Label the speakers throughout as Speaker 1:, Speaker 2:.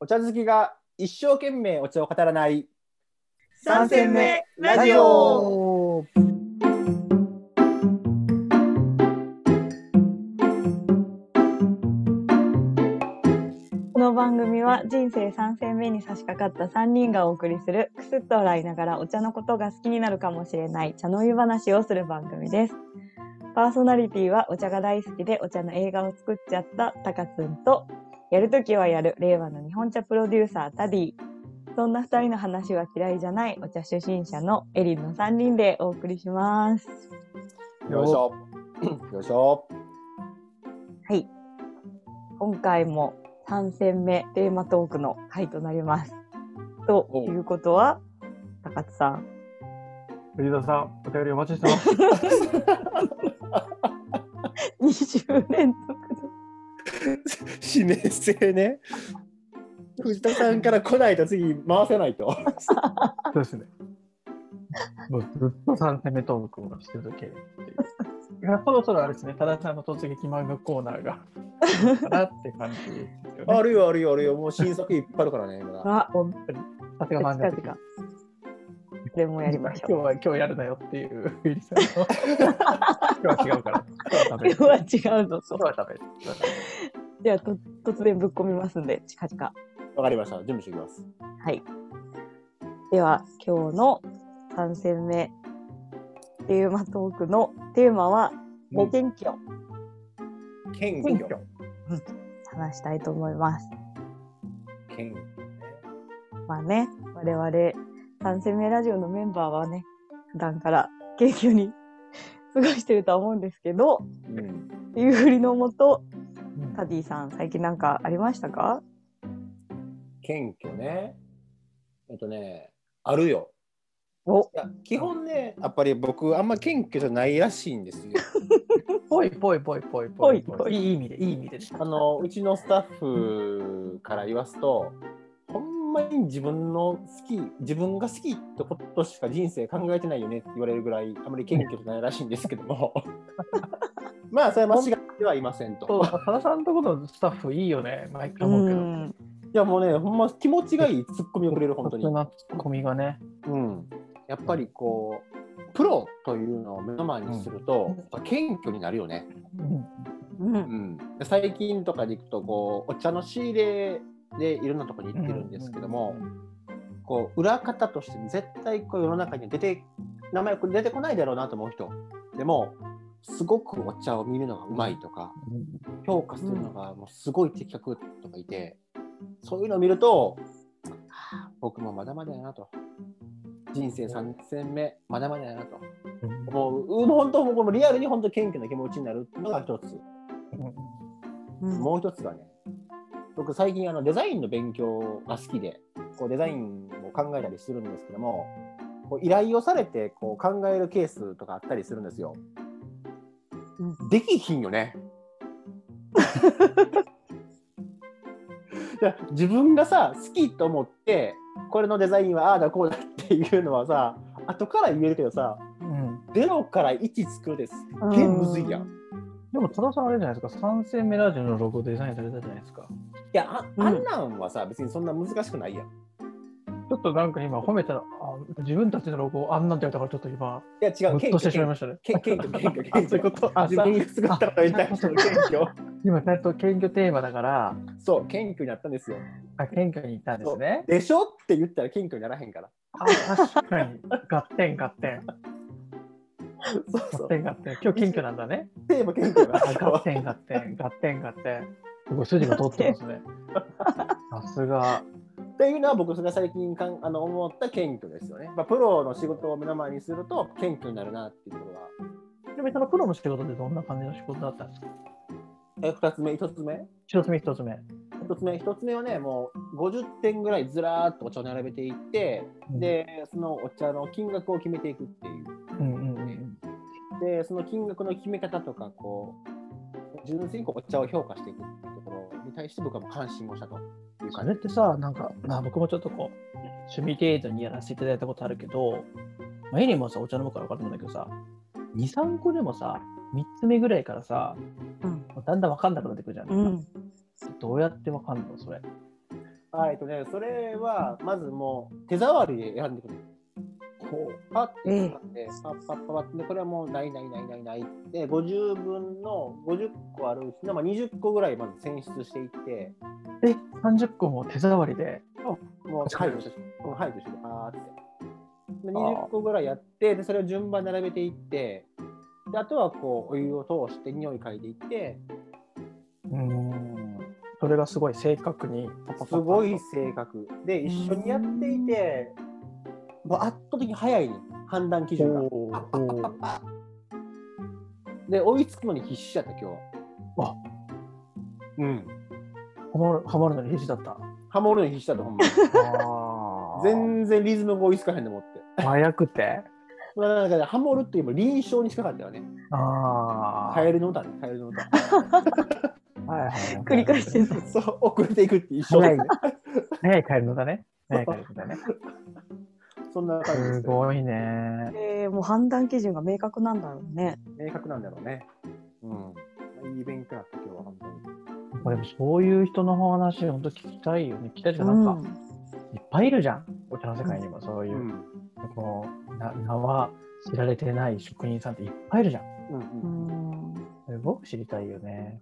Speaker 1: お茶好きが一生懸命お茶を語らない
Speaker 2: 三戦目ラジ
Speaker 3: オ
Speaker 2: この番組は人生3戦目に差し掛かった3人がお送りするくすっと笑いながらお茶のことが好きになるかもしれない茶の湯話をする番組です。パーソナリティはお茶が大好きでお茶の映画を作っちゃったたかつんとやるときはやる令和の日本茶プロデューサータディそんな2人の話は嫌いじゃないお茶初心者のエリンの3人でお送りします。
Speaker 1: よいしょよいしょ
Speaker 2: はい。今回も3戦目テーマトークの回となります。と
Speaker 1: おう
Speaker 2: いうことは、高津さん。
Speaker 3: 藤田さん、お便りお待ちして ます。
Speaker 2: 20連
Speaker 1: 四年生ね藤田さんから来ないと次回せないと
Speaker 3: そうですね。もうずっと3戦目トークをし続けるっていう。いやそろそろあれですね、多田さんの突撃漫画コーナーが、かなって感じですよ
Speaker 1: あ
Speaker 3: ね。
Speaker 1: るよあるよあるよもう新作いっぱいあるからねま
Speaker 2: 続。
Speaker 1: だ
Speaker 2: あ、
Speaker 3: 本当に。さすが漫
Speaker 2: 近
Speaker 3: 画的
Speaker 2: 々。でもやりましょう。
Speaker 3: 今日は今日やるなよっていう、ゆりさん の。今日は違うから。今日は食べ
Speaker 2: 今
Speaker 3: る。
Speaker 2: 日は違うのと
Speaker 3: 今日。は食べる。今日は食べる
Speaker 2: じゃあ、と突然ぶっ込みますんで、近々。
Speaker 1: わかりました準備しておきます
Speaker 2: はい。では、今日の3戦目テーマトークのテーマは、
Speaker 1: う
Speaker 2: ご
Speaker 1: ん
Speaker 2: 謙虚。
Speaker 1: 謙
Speaker 3: 謙
Speaker 1: 虚
Speaker 3: 虚。
Speaker 2: 話したいと思います。
Speaker 1: 謙
Speaker 2: まあね、我々、三戦目ラジオのメンバーはね、普段から謙虚に 過ごしてるとは思うんですけど、
Speaker 1: 虚うん
Speaker 2: いうふりのもと、
Speaker 3: うん
Speaker 2: タディさん、最近なんかありましたか
Speaker 1: 謙虚ねえっとねあるよ
Speaker 2: お
Speaker 1: いや基本ねやっぱり僕あんま謙虚じゃないらしいんですよ
Speaker 3: ぽいぽいぽいぽいぽい
Speaker 2: ぽいぽい
Speaker 3: いい意味で、いい意味でね。
Speaker 1: あのうちのスタッフから言わすと、ほんまに自分の好き、自分が好きってことしか人生考えてないよねって言われるぐらい、あまり謙虚じゃないらしいんですけど も、まあ、それは間違ってはいません
Speaker 3: そう、
Speaker 1: と。
Speaker 3: さださんとこのスタッフいいよね、毎回
Speaker 2: う
Speaker 3: 思うけど。
Speaker 2: ん。
Speaker 1: いや、もうね、ほんま気持ちがいいツッコミをくれる、本当に。
Speaker 3: なツッコミがね。
Speaker 1: うん、やっぱりこう、プロというのを目の前にすると、やっぱ謙虚になるよね。
Speaker 2: う。
Speaker 1: うんん、最近とかで行くとこうお茶の仕入れでいろんなとこに行ってるんですけども、こう裏方として絶対こう世の中には出て名前これ出てこないだろうなと思う人でもすごくお茶を見るのがうまいとか評価するのがもうすごい的確とかいて、そういうのを見るとはあ僕もまだまだやなと人生3戦目まだまだやなと思ううん本当もうこのリアルに本当謙虚な気持ちになるっていうのが一つ。
Speaker 2: うん
Speaker 1: もう一つがね、僕最近あのデザインの勉強が好きで、こうデザインを考えたりするんですけども、こう依頼をされてこう考えるケースとかあったりするんですよ。できひんよね。 いや自分がさ好きと思ってこれのデザインはああだこうだっていうのはさ後から言えるけどさ0から1作るですっげえむずいやん。
Speaker 3: でも、多田さんあれじゃないですか、三戦目ラジオのロゴデザインされたじゃないですか。
Speaker 1: いやあ
Speaker 2: うん
Speaker 1: あんなんはさ別にそんな難しくないやん。
Speaker 3: ちょっとなんか今褒めたら、あ自分たちのロゴをあんなんて言われたから、ちょっと今、
Speaker 1: いや違う
Speaker 3: ムッとしてしまいましたね。
Speaker 1: 謙謙虚謙虚謙虚
Speaker 3: あそういうことあ
Speaker 1: 自分が作ったことに対しての謙虚
Speaker 3: 今、ちゃんと謙虚テーマだから、
Speaker 1: そう謙虚になったんですよ
Speaker 3: あ謙虚に行ったんですね。
Speaker 1: でしょって言ったら謙虚にならへん から
Speaker 3: あ確かに、合点合点、
Speaker 1: そうそ
Speaker 3: 合
Speaker 1: う
Speaker 3: 点合点。今日謙虚なんだね。
Speaker 1: テーマ謙虚な
Speaker 3: あ合点合点、合点合点。すごい筋が通ってま すね。さすが。
Speaker 1: っていうのは僕が最近かんあの思った謙虚ですよね、まあ、プロの仕事を目の前にすると謙虚になるなっていうところは
Speaker 3: ちなみにそのプロの仕事ってどんな感じの仕事だったんですか
Speaker 1: え2つ目1つ目
Speaker 3: 一つ目一つ目。
Speaker 1: 1つ目1つ目はねもう50点ぐらいずらーっとお茶を並べていってでそのお茶の金額を決めていくっていう
Speaker 3: うんうんうん
Speaker 1: でその金額の決め方とかこう純粋にこうお茶を評価していくっていうところに対して僕はもう関心をしたという
Speaker 3: そ
Speaker 1: 感
Speaker 3: れっ
Speaker 1: じ
Speaker 3: てさ、なんか、まあ、僕もちょっとこう、趣味程度にやらせていただいたことあるけど、まあ、エリンもさ、お茶飲むから分かると思うんだけどさ、2、3個でもさ、3つ目ぐらいからさ、
Speaker 2: うん
Speaker 3: だんだん分かんなくなってくるじゃん。
Speaker 2: うん。
Speaker 3: どうやって分かんのそれ。
Speaker 1: ああえっとね、それはまずもう手触りで選んでくれる。
Speaker 3: ほ
Speaker 1: パッて選んで、パッパッパッパッて、でこれはもうないないないないないって、50分の50個あるうちの、まあ、20個ぐらいまず選出していって、
Speaker 3: う。え、30個も手触りで。
Speaker 1: もう排除して、もう排除して、パーって。で20個ぐらいやって、でそれを順番に並べていって、であとはこうお湯を通して匂い嗅いでいって、
Speaker 3: うーん。それがすごい正確にパパパパ
Speaker 1: す
Speaker 3: と
Speaker 1: ごい性格で一緒にやっていてもう圧倒的に早いね判断基準が
Speaker 3: おーおー
Speaker 1: で追いつくのに必死やった今日
Speaker 3: あ
Speaker 1: うん
Speaker 3: ハマるハマるのに必死だった。
Speaker 1: ハモるのに必死だったほんまに
Speaker 3: あー
Speaker 1: 全然リズムが追いつかへんと思って
Speaker 3: 早くて。
Speaker 1: まあなんかねハモるっていうよりも臨床に近かったよね
Speaker 3: ああ。
Speaker 1: カエルの歌ねカエルの 歌
Speaker 3: はいはいはい
Speaker 2: 繰り返してる。
Speaker 1: そう遅れていくって一緒
Speaker 3: 早
Speaker 1: で
Speaker 3: いね。 早い帰るのだね。早い帰るのだね。
Speaker 1: そんな感じです
Speaker 3: す
Speaker 1: よ
Speaker 3: ごいね。
Speaker 2: えー、もう判断基準が明確なんだろうね。
Speaker 1: 明確なんだろうねうんいい勉強だった今日は本当に
Speaker 3: これそういう人の話、本当聞きたいよね。聞きたいし、なんか、いっぱいいるじゃん。お茶の世界にもそういうう、
Speaker 1: ん
Speaker 3: こうな名は知られてない職人さんっていっぱいいるじゃん。
Speaker 1: うんう
Speaker 2: う
Speaker 1: ん
Speaker 2: ん。うん
Speaker 3: すごく知りたいよね。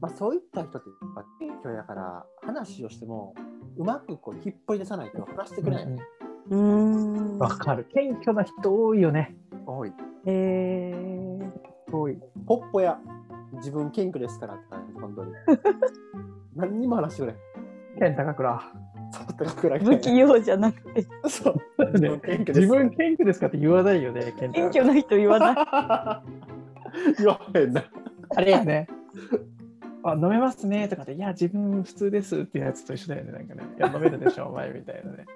Speaker 1: まあ、そういった人ってやっぱ謙虚やから話をしてもうまくこう引っ張り出さないと話してくれないよね、
Speaker 2: うーん。
Speaker 3: わかる。謙虚な人多いよね。
Speaker 1: 多い
Speaker 2: えー、
Speaker 3: 多い。
Speaker 1: ポッポや自分謙虚ですからって感じ本 当に何にも話してくれ
Speaker 3: 健高倉。
Speaker 1: そう高倉
Speaker 2: 不器用じゃなくて、
Speaker 1: そう 自分謙虚です
Speaker 3: 自分謙虚ですかって言わないよね、健
Speaker 2: 謙
Speaker 3: 太
Speaker 2: 虚な人言わない。
Speaker 1: 言わへんな
Speaker 3: あれやね。あ飲めますねとかって、いや、自分普通ですっていうやつと一緒だよね。なんかね、いや飲めるでしょ、お前みたい なね。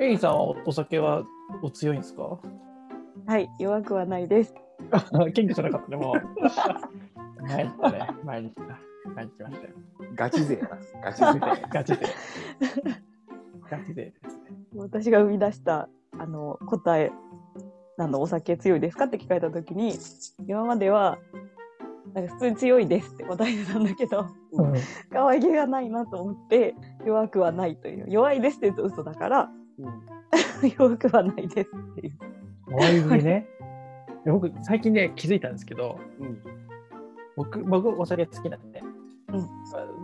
Speaker 3: エイさんはおお酒はお強いんです か
Speaker 2: はい、弱くはないです。
Speaker 3: 謙虚じゃなかったね、もう。前行ったね、前に来た。前に来ましたよ。
Speaker 1: ガチ勢やなガチ勢
Speaker 3: ガチ で。ガチでですね。
Speaker 2: 私が生み出したあの答えなんだお酒強いですかって聞かれた時に今まではなんか普通に強いですって答えてたんだけど
Speaker 3: うん
Speaker 2: 可愛げがないなと思って弱くはないという弱いですって言うと嘘だから
Speaker 1: うん
Speaker 2: 弱くはないですっていう
Speaker 3: 可愛いね。いや僕、最近ね、気づいたんですけど、
Speaker 1: うん
Speaker 3: 僕、僕お酒好きなんで、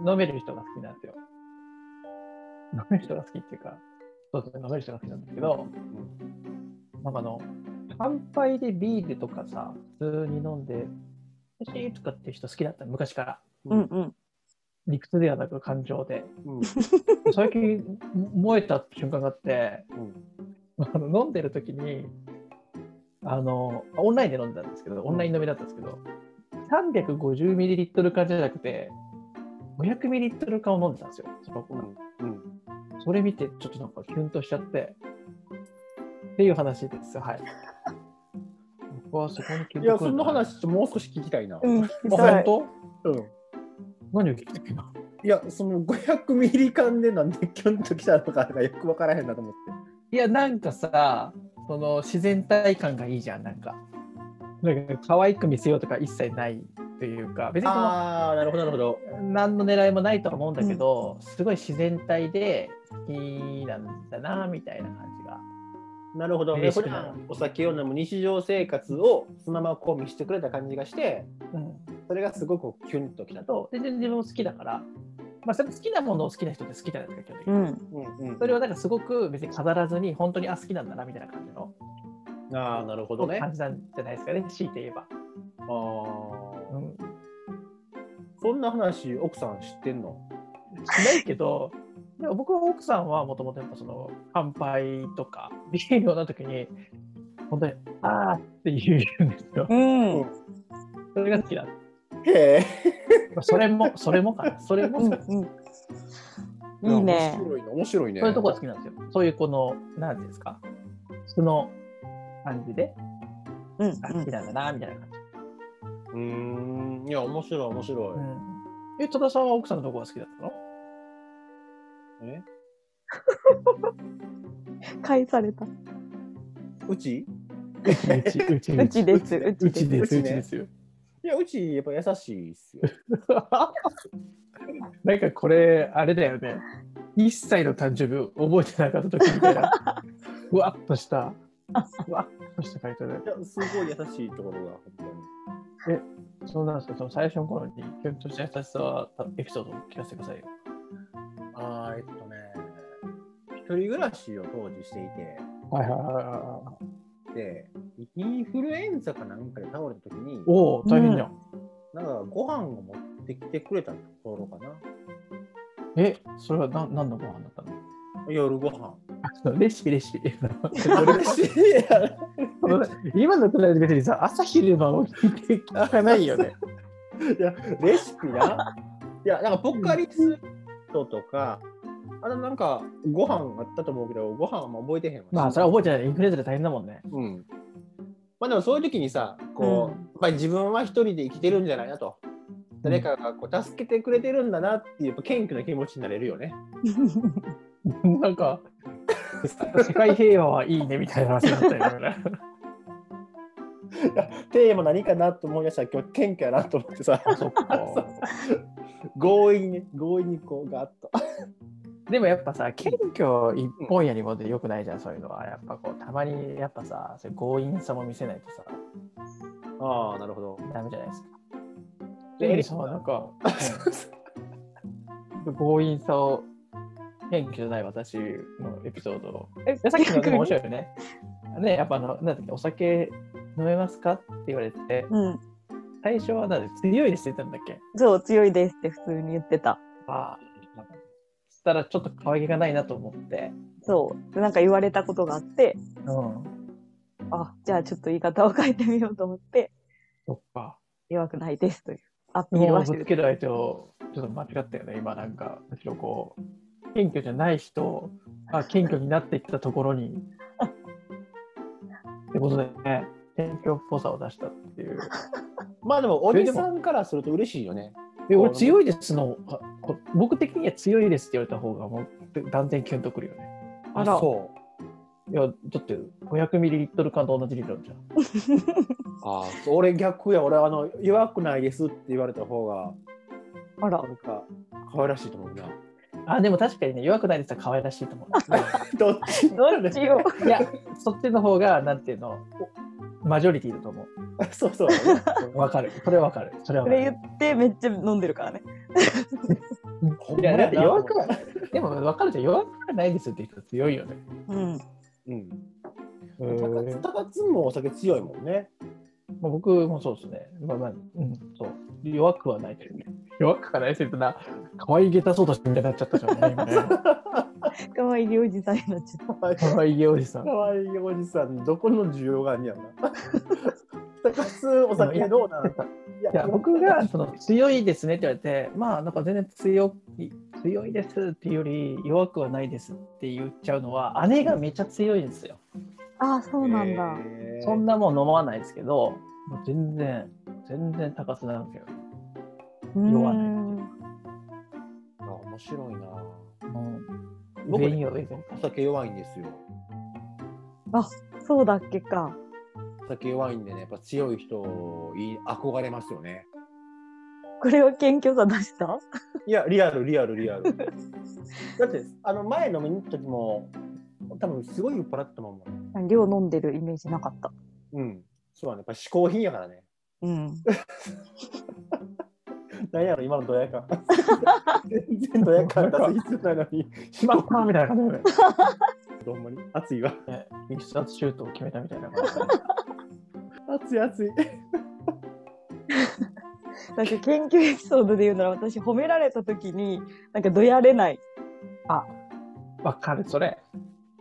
Speaker 3: 飲める人が好きなんですよ。飲める人が好きっていうか、そうですね、飲める人が好きなんですけど、なんかあの、乾杯でビールとかさ、普通に飲んで、美味しいとかっていう人好きだったの昔から。
Speaker 1: う
Speaker 2: うんんうん
Speaker 3: 理屈ではなく感情で。
Speaker 1: うん
Speaker 3: 最近、燃えた瞬間があって、
Speaker 1: うん
Speaker 3: あの飲んでる時にあのオンラインで飲んでたんですけどオンライン飲みだったんですけど 350ml 缶じゃなくて 500ml 缶を飲んでたんですよその子
Speaker 1: う
Speaker 3: が
Speaker 1: んうん
Speaker 3: それ見てちょっとなんかキュンとしちゃってっていう話ですはい僕はそこにキュン
Speaker 1: いや
Speaker 3: とく
Speaker 1: そ
Speaker 3: る
Speaker 1: んな話もう少し聞きたいな、
Speaker 2: うん
Speaker 3: あ本当
Speaker 1: うん、
Speaker 3: 何を聞きたいの
Speaker 1: いやその500ミリ缶でなんでキュンときたのかがよく分からへんなと思って
Speaker 3: いやなんかさその自然体感がいいじゃんなんかなんか可愛く見せようとか一切ないというか別にその
Speaker 1: ああなるほどなるほど
Speaker 3: 何の狙いもないとは思うんだけど、すごい自然体で好きなんだなみたいな感じが
Speaker 1: なるほど、ね、
Speaker 3: 嬉し
Speaker 1: 普
Speaker 3: くなる
Speaker 1: 段お酒を飲む日常生活をそのままこう見せてくれた感じがして、
Speaker 3: うん、
Speaker 1: それがすごくキュンときた
Speaker 3: あ
Speaker 1: と。
Speaker 3: と全然自分も好きだから、まあ、それ好きなものを好きな人って好きじゃないですか基本的
Speaker 2: う
Speaker 3: に、
Speaker 2: ん
Speaker 1: うんうん
Speaker 3: それをなんかすごく別に飾らずに本当にあ好きなんだなみたいな感じの
Speaker 1: ああ、なるほどね。あ
Speaker 3: 感じなんじゃないですかね強いて言えば、
Speaker 1: あ
Speaker 3: う
Speaker 1: ー、
Speaker 3: ん、
Speaker 1: そんな話、奥さん知ってんの
Speaker 3: しないけどでも僕は奥さんはもともとやっぱその乾杯とかビールを飲んだ時に本当に「あー」って言うんですよ
Speaker 2: うん
Speaker 3: それが好きだ
Speaker 1: へえ。
Speaker 3: まあそれも、それもかな。それも、
Speaker 2: うんうんいいね
Speaker 1: 面白いの、面白いね。
Speaker 3: そういうところが好きなんですよ。そういうこの、なんていうんですか、その感じで、
Speaker 2: うんうん
Speaker 3: あ好きなんだな、みたいな感じ。
Speaker 1: うーん、いや、面白い、面白
Speaker 3: うん、え、戸田さんは奥さんのどこが好きだったの
Speaker 1: い。え
Speaker 2: 返された
Speaker 1: うち
Speaker 3: うち、うち
Speaker 2: うちですうちです
Speaker 1: うちです
Speaker 3: よ。
Speaker 1: いや、うち、やっぱ優しいっすよ。
Speaker 3: なんかこれ、あれだよね。1歳の誕生日覚えてなかった時みたい な、ふわっと した、ふわっとした回答で。
Speaker 1: いや、すごい優しいところが、本当に。
Speaker 3: そうなんですけど、その最初の頃に、キュンとした優しさは、エピソードを聞かせてくださいよ。
Speaker 1: あーえっとね、一人暮らしを当時していて、
Speaker 3: はいはいはいはい。
Speaker 1: で、インフルエンザかなんかで倒れた時に、
Speaker 3: おお、大変じゃん。
Speaker 1: なんかご飯を持ってきてくれたところかな。
Speaker 3: え、それは何何のご飯だったの
Speaker 1: 夜ご飯。
Speaker 3: あ レシピレシピ。
Speaker 1: 嬉しいや
Speaker 3: 今のくらいで別にさ、朝昼晩を聞いて聞かないよね。
Speaker 1: レシピな。いや、なんかポカリスエットとか、あれなんかご飯あったと思うけど、ご飯はもう覚えてへんわ。
Speaker 3: まあ、それは覚えてない。インフルエンザで大変だもんね。
Speaker 1: うん。まあでもそういう時にさ、こう、
Speaker 2: うん
Speaker 1: やっぱり自分は一人で生きてるんじゃないなと。誰かがこう助けてくれてるんだなっていうやっぱ謙虚な気持ちになれるよね。
Speaker 3: なんか、世界平和はいいねみたいな話だったよね。
Speaker 1: テーマ何かなと思い出したら今日謙虚やなと思 ってさ、
Speaker 3: そっか。
Speaker 1: 強引にね強引にこうガーッと。
Speaker 3: でもやっぱさ、謙虚一本やりもでよくないじゃん、そういうのは。やっぱこう、たまにやっぱさ、そういう強引さも見せないとさ、
Speaker 1: ああ、なるほど。
Speaker 3: ダメじゃないですか。
Speaker 1: で
Speaker 3: でもさ、なんか、うん強引さを、謙虚じゃない私のエピソードを。
Speaker 2: え、
Speaker 3: いやさっきのでも面
Speaker 2: い。
Speaker 3: 白いよね。ね、やっぱあの、なんだっけ、お酒飲めますかって言われて、
Speaker 2: うん。
Speaker 3: 最初はなんで強いですって言ったんだっけ
Speaker 2: そう、強いですって普通に言ってた。
Speaker 3: ああ。そしたらちょっと可愛げがないなと思って。
Speaker 2: そう。でなんか言われたことがあって、
Speaker 3: うん。
Speaker 2: あ、じゃあちょっと言い方を変えてみようと思って、
Speaker 3: そっか。
Speaker 2: 弱くないですというアピール
Speaker 3: も
Speaker 2: は
Speaker 3: う
Speaker 2: して
Speaker 3: ぶ
Speaker 2: る。
Speaker 3: つける相手をちょっと間違ったよね、今なんか。むしろこう、謙虚じゃない人が謙虚になっていったところに。ってことでね、謙虚っぽさを出したっていう。
Speaker 1: まあでも、おじさんからすると嬉しいよね。
Speaker 3: で俺強いですのあこ僕的には強いですって言われた方がもう断然キュンとくるよね
Speaker 2: あら
Speaker 1: そう。
Speaker 3: いやだって500ミリリットル缶と同じ理論じゃん
Speaker 1: ああ、俺逆や、俺あの弱くないですって言われた方が、
Speaker 2: あら
Speaker 1: な、んか可愛らしいと思うな。
Speaker 3: あでも確かにね弱くないですら可愛らしいと 思う
Speaker 1: どっち
Speaker 2: どっちよ。
Speaker 3: いやそっちの方がなんていうのおマジョリティだと思
Speaker 1: そう そう。
Speaker 3: うわかるそれはわかるそれは
Speaker 2: そ
Speaker 3: わか
Speaker 2: れ
Speaker 3: る
Speaker 2: 言ってめっちゃ飲んでるからね。
Speaker 1: ほ
Speaker 3: いやだって弱くはでもわかるじゃん弱くはないですって人は強いよね
Speaker 2: うん。
Speaker 1: うん。
Speaker 3: う
Speaker 1: 高津
Speaker 3: ん
Speaker 1: 高津もお酒強いもんね。
Speaker 3: まあ僕もそうですね、まあまあうん、そう弱くはないですね弱くはないですってな可愛げ出そうとしてみたいになっちゃったじゃんね今ね
Speaker 2: かわいいおじさんになっちゃった。
Speaker 3: 可愛いおじさん。
Speaker 1: 可愛いおじさん、どこの需要があんねやろな。 高津お酒どうなんいや
Speaker 3: いや僕がその強いですねって言われて、まあなんか全然強い強いですっていうより弱くはないですって言っちゃうのは姉がめっちゃ強いんですよ。
Speaker 2: ああ、そうなんだ。。
Speaker 3: そんなもん飲まないですけど、もう全然全然高須なんですよ。
Speaker 2: うん
Speaker 3: 弱ない
Speaker 1: な。面白いな。
Speaker 3: うん、
Speaker 1: 僕ね
Speaker 3: 全員よ全員
Speaker 1: お酒弱いんですよ。
Speaker 2: そうだっけか。
Speaker 1: お酒弱いんでね、やっぱ強い人いい憧れますよね。
Speaker 2: これは謙虚さ出した
Speaker 1: いや、リアル、リアル、リアル。 だって、あの前飲みに行った時も、多分すごい酔っ払ったまま。
Speaker 2: 量飲んでるイメージなかった。
Speaker 1: うん。そうだね。やっぱ嗜好品やからね。
Speaker 2: うん。
Speaker 1: 何やろ、今のドヤ感。全然ドヤ感出す必要ないのに、
Speaker 3: しまったみたいな感じで、
Speaker 1: ほんまに。熱いわ。
Speaker 3: ね、必殺シュートを決めたみたいな感じ で。
Speaker 1: 熱い、熱い。
Speaker 2: なんか研究エピソードで言うなら私褒められた時になんかどやれない、
Speaker 3: わかるそれ。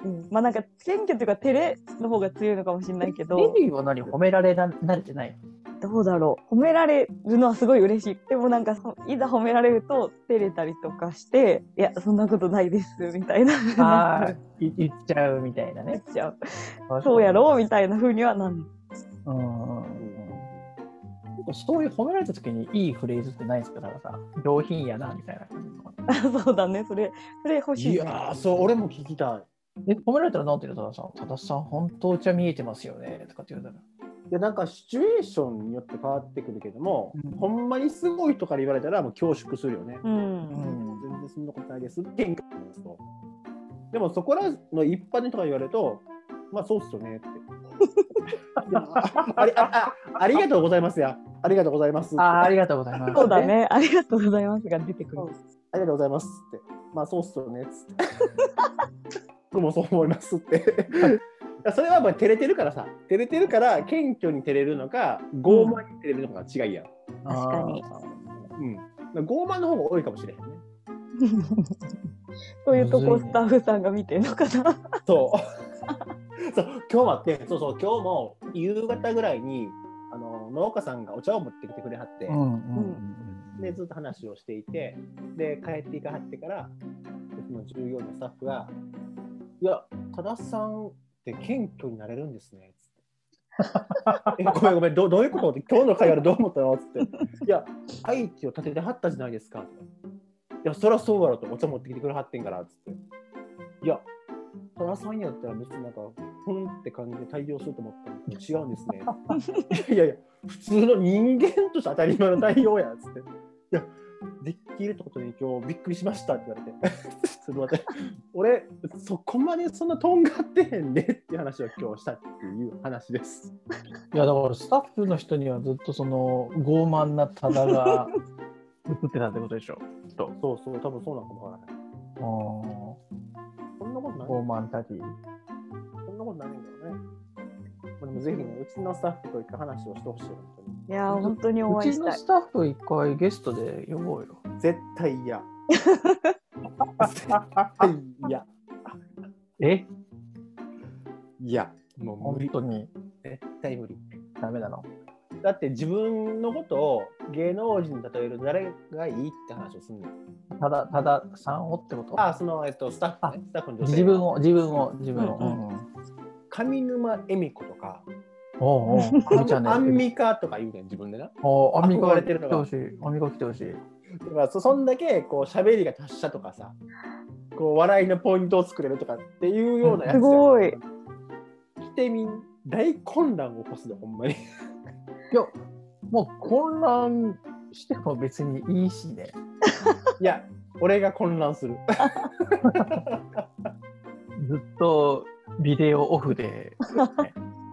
Speaker 2: うん、まあなんか謙虚というか照れの方が強いのかもしれないけ
Speaker 3: レ
Speaker 2: ど
Speaker 3: ディーは何褒められな慣れて ない。
Speaker 2: どうだろう褒められるのはすごい嬉しいでもなんかそいざ褒められると照れたりとかしていやそんなことないですみたいな
Speaker 3: ああ言っちゃうみたいな
Speaker 2: なっ
Speaker 3: ね。
Speaker 2: ちゃうそうやろうみたいな風にはなん
Speaker 3: うんうんうんうん、そういう褒められた時にいいフレーズってないですかだからさ上品やなみたいな感じの
Speaker 2: あ そうだねそれそれ欲しい,、ね、
Speaker 1: いやー、そう、俺も聞きたい。
Speaker 3: え褒められたらなんて言うの多田さん多田さん本当お茶見えてますよねとかって言うたら
Speaker 1: やなんかシチュエーションによって変わってくるけども、
Speaker 3: うん
Speaker 1: ほんまにすごい人から言われたらもう恐縮するよね。
Speaker 2: うん。
Speaker 1: 全然そんなことないですって言うんですと。でもそこらの一般の人が言われると、まあそうっすよ ねって。でもあありああありがとうございますや。ありがとうございます。
Speaker 3: あーありがとうございます。
Speaker 2: そうだね。ありがとうございますが出てくる。
Speaker 1: ありがとうございますって。まあそうっすよねっつって。僕もそう思いますって。いやそれはまあ照れてるからさ。照れてるから謙虚に照れるのか、傲慢に照れるのかが違いやん。
Speaker 2: 確かに
Speaker 1: うん。だから傲慢の方が多いかもしれへんね。
Speaker 2: そういうとこスタッフさんが見てるのか な。
Speaker 1: そう。そう今日はって、そうそう、今日も夕方ぐらいにあの農家さんがお茶を持ってきてくれはって、
Speaker 3: あー。うんうん
Speaker 1: でずっと話をしていて、で、帰っていかはってから、その従業員のスタッフが、いや、多田さんって謙虚になれるんですね。つってえごめんごめんどうどういうことって今日の会話でどう思ったのつって「いや愛知を立ててはったじゃないですか」とかいやそりゃそうだろ」とお茶持ってきてくれはってんから」つって「いやトラさんやったら別になんかふんって感じで対応すると思ったのと違うんですね」いやいや普通の人間として当たり前の対応や」つって「いやできるってことに今日びっくりしました」って言われて 「ちょっと待って俺そこまでそんなとんがってへんで」っていう話を今日したっていう話です。
Speaker 3: いやだからスタッフの人にはずっとその傲慢なタダが 映ってたってことでしょ。
Speaker 1: そうそう多分そうなんかもわからない。
Speaker 3: あー
Speaker 1: そんなことない
Speaker 3: 傲慢タディ。
Speaker 1: そんなことないんだよね。まあでもぜひね、うちのスタッフと一回話をしてほしい、本当に。
Speaker 2: いやー本当にお
Speaker 3: う
Speaker 2: 会い
Speaker 3: ち
Speaker 2: し
Speaker 3: の
Speaker 2: たい。
Speaker 3: スタッフ一回ゲストで呼ぼうよ。
Speaker 1: 絶対嫌。絶対 嫌。
Speaker 3: え
Speaker 1: いや、もう無
Speaker 3: 本
Speaker 1: 理。
Speaker 3: 当に
Speaker 1: 絶対無理。
Speaker 3: ダメなの。
Speaker 1: だって自分のことを芸能人に例えると誰がいいって話をすんの。
Speaker 3: ただたださんをってこと。
Speaker 1: あ、その、えっと、スタッフね、スタッフの女性。
Speaker 3: 自分。を自分を自分を。
Speaker 2: うんうん
Speaker 3: うんうん
Speaker 1: 上沼恵美子とか、
Speaker 3: おうおう。あみちゃ んね
Speaker 1: アンミカとか言うねん、自分でな。
Speaker 3: おうアンミカ
Speaker 1: 憧れ
Speaker 3: 来
Speaker 1: て
Speaker 3: て
Speaker 1: るのが
Speaker 3: ほしい。アンミカ来てほしい。
Speaker 1: だからそそんだけこう喋りが達者とかさこう笑いのポイントを作れるとかっていうようなやつ
Speaker 2: すごい
Speaker 1: 来てみん大混乱を起こすでほんまに
Speaker 3: いや、もう混乱しても別にいいしね。
Speaker 1: いや俺が混乱する
Speaker 3: ずっとビデオオフ で、ね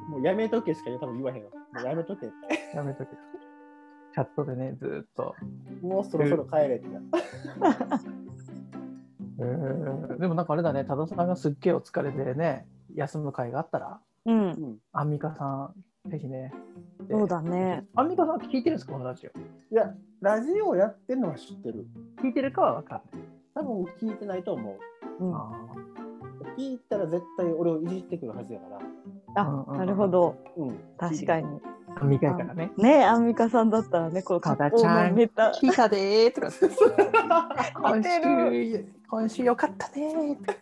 Speaker 1: もうやめとけしか多分言わへんわもうやめとけ
Speaker 3: やめとけ。チャットでね、ずっと。
Speaker 1: もうそろそろ帰れってな
Speaker 3: えーでもなんかあれだね、多田さんがすっげえお疲れでね、休む会があったら、
Speaker 2: うん。
Speaker 1: うん
Speaker 3: アンミカさん、ぜひね。で
Speaker 2: そうだね。
Speaker 3: アンミカさん聞いてるんですか、このラジオ。
Speaker 1: いやラジオやってんのは知ってる
Speaker 3: 聞いてるかは分かんない。
Speaker 1: 多分聞いてないと思う
Speaker 2: うん。あ、
Speaker 3: あ
Speaker 1: 聞いたら絶対俺をいじってくるはずやから
Speaker 3: うんうんうん
Speaker 2: なるほど。
Speaker 1: うん
Speaker 2: 確かに。
Speaker 3: ーアンミカやからね。
Speaker 2: ねアンミカさんだったらね、こう、
Speaker 3: ただちゃ
Speaker 2: 格好
Speaker 3: ん
Speaker 2: のネタ。
Speaker 3: 聞いたで ーとかって。今
Speaker 2: てる
Speaker 3: 週、今週よかったねーとか。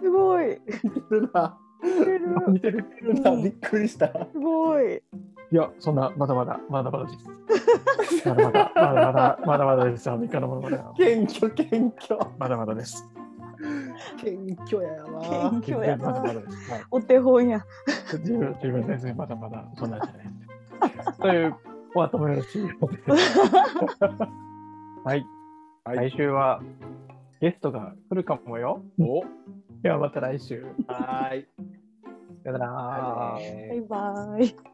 Speaker 2: すごい。
Speaker 1: 似てるな 似てる似てるなびっくりした
Speaker 2: すごい。
Speaker 3: いや、そんな、まだまだ、まだまだです。 まだまだ、まだまだ、まだまだです。アンミカのものまだ。
Speaker 1: 謙虚謙虚
Speaker 3: まだまだです。
Speaker 1: 謙虚やわ
Speaker 2: 謙虚や
Speaker 3: まだま
Speaker 2: な。
Speaker 3: だです。はい
Speaker 2: お手本や。
Speaker 3: 自分、自分全然まだまだ、そんなんじゃないです。という、お後もよろしいようで。はい。
Speaker 1: はい
Speaker 3: 来週は、ゲストが来るかもよ。
Speaker 1: お
Speaker 3: ではまた来週。
Speaker 1: はーい。
Speaker 3: さよな
Speaker 1: じ
Speaker 3: ら。
Speaker 1: ゃあね
Speaker 2: バイバイ。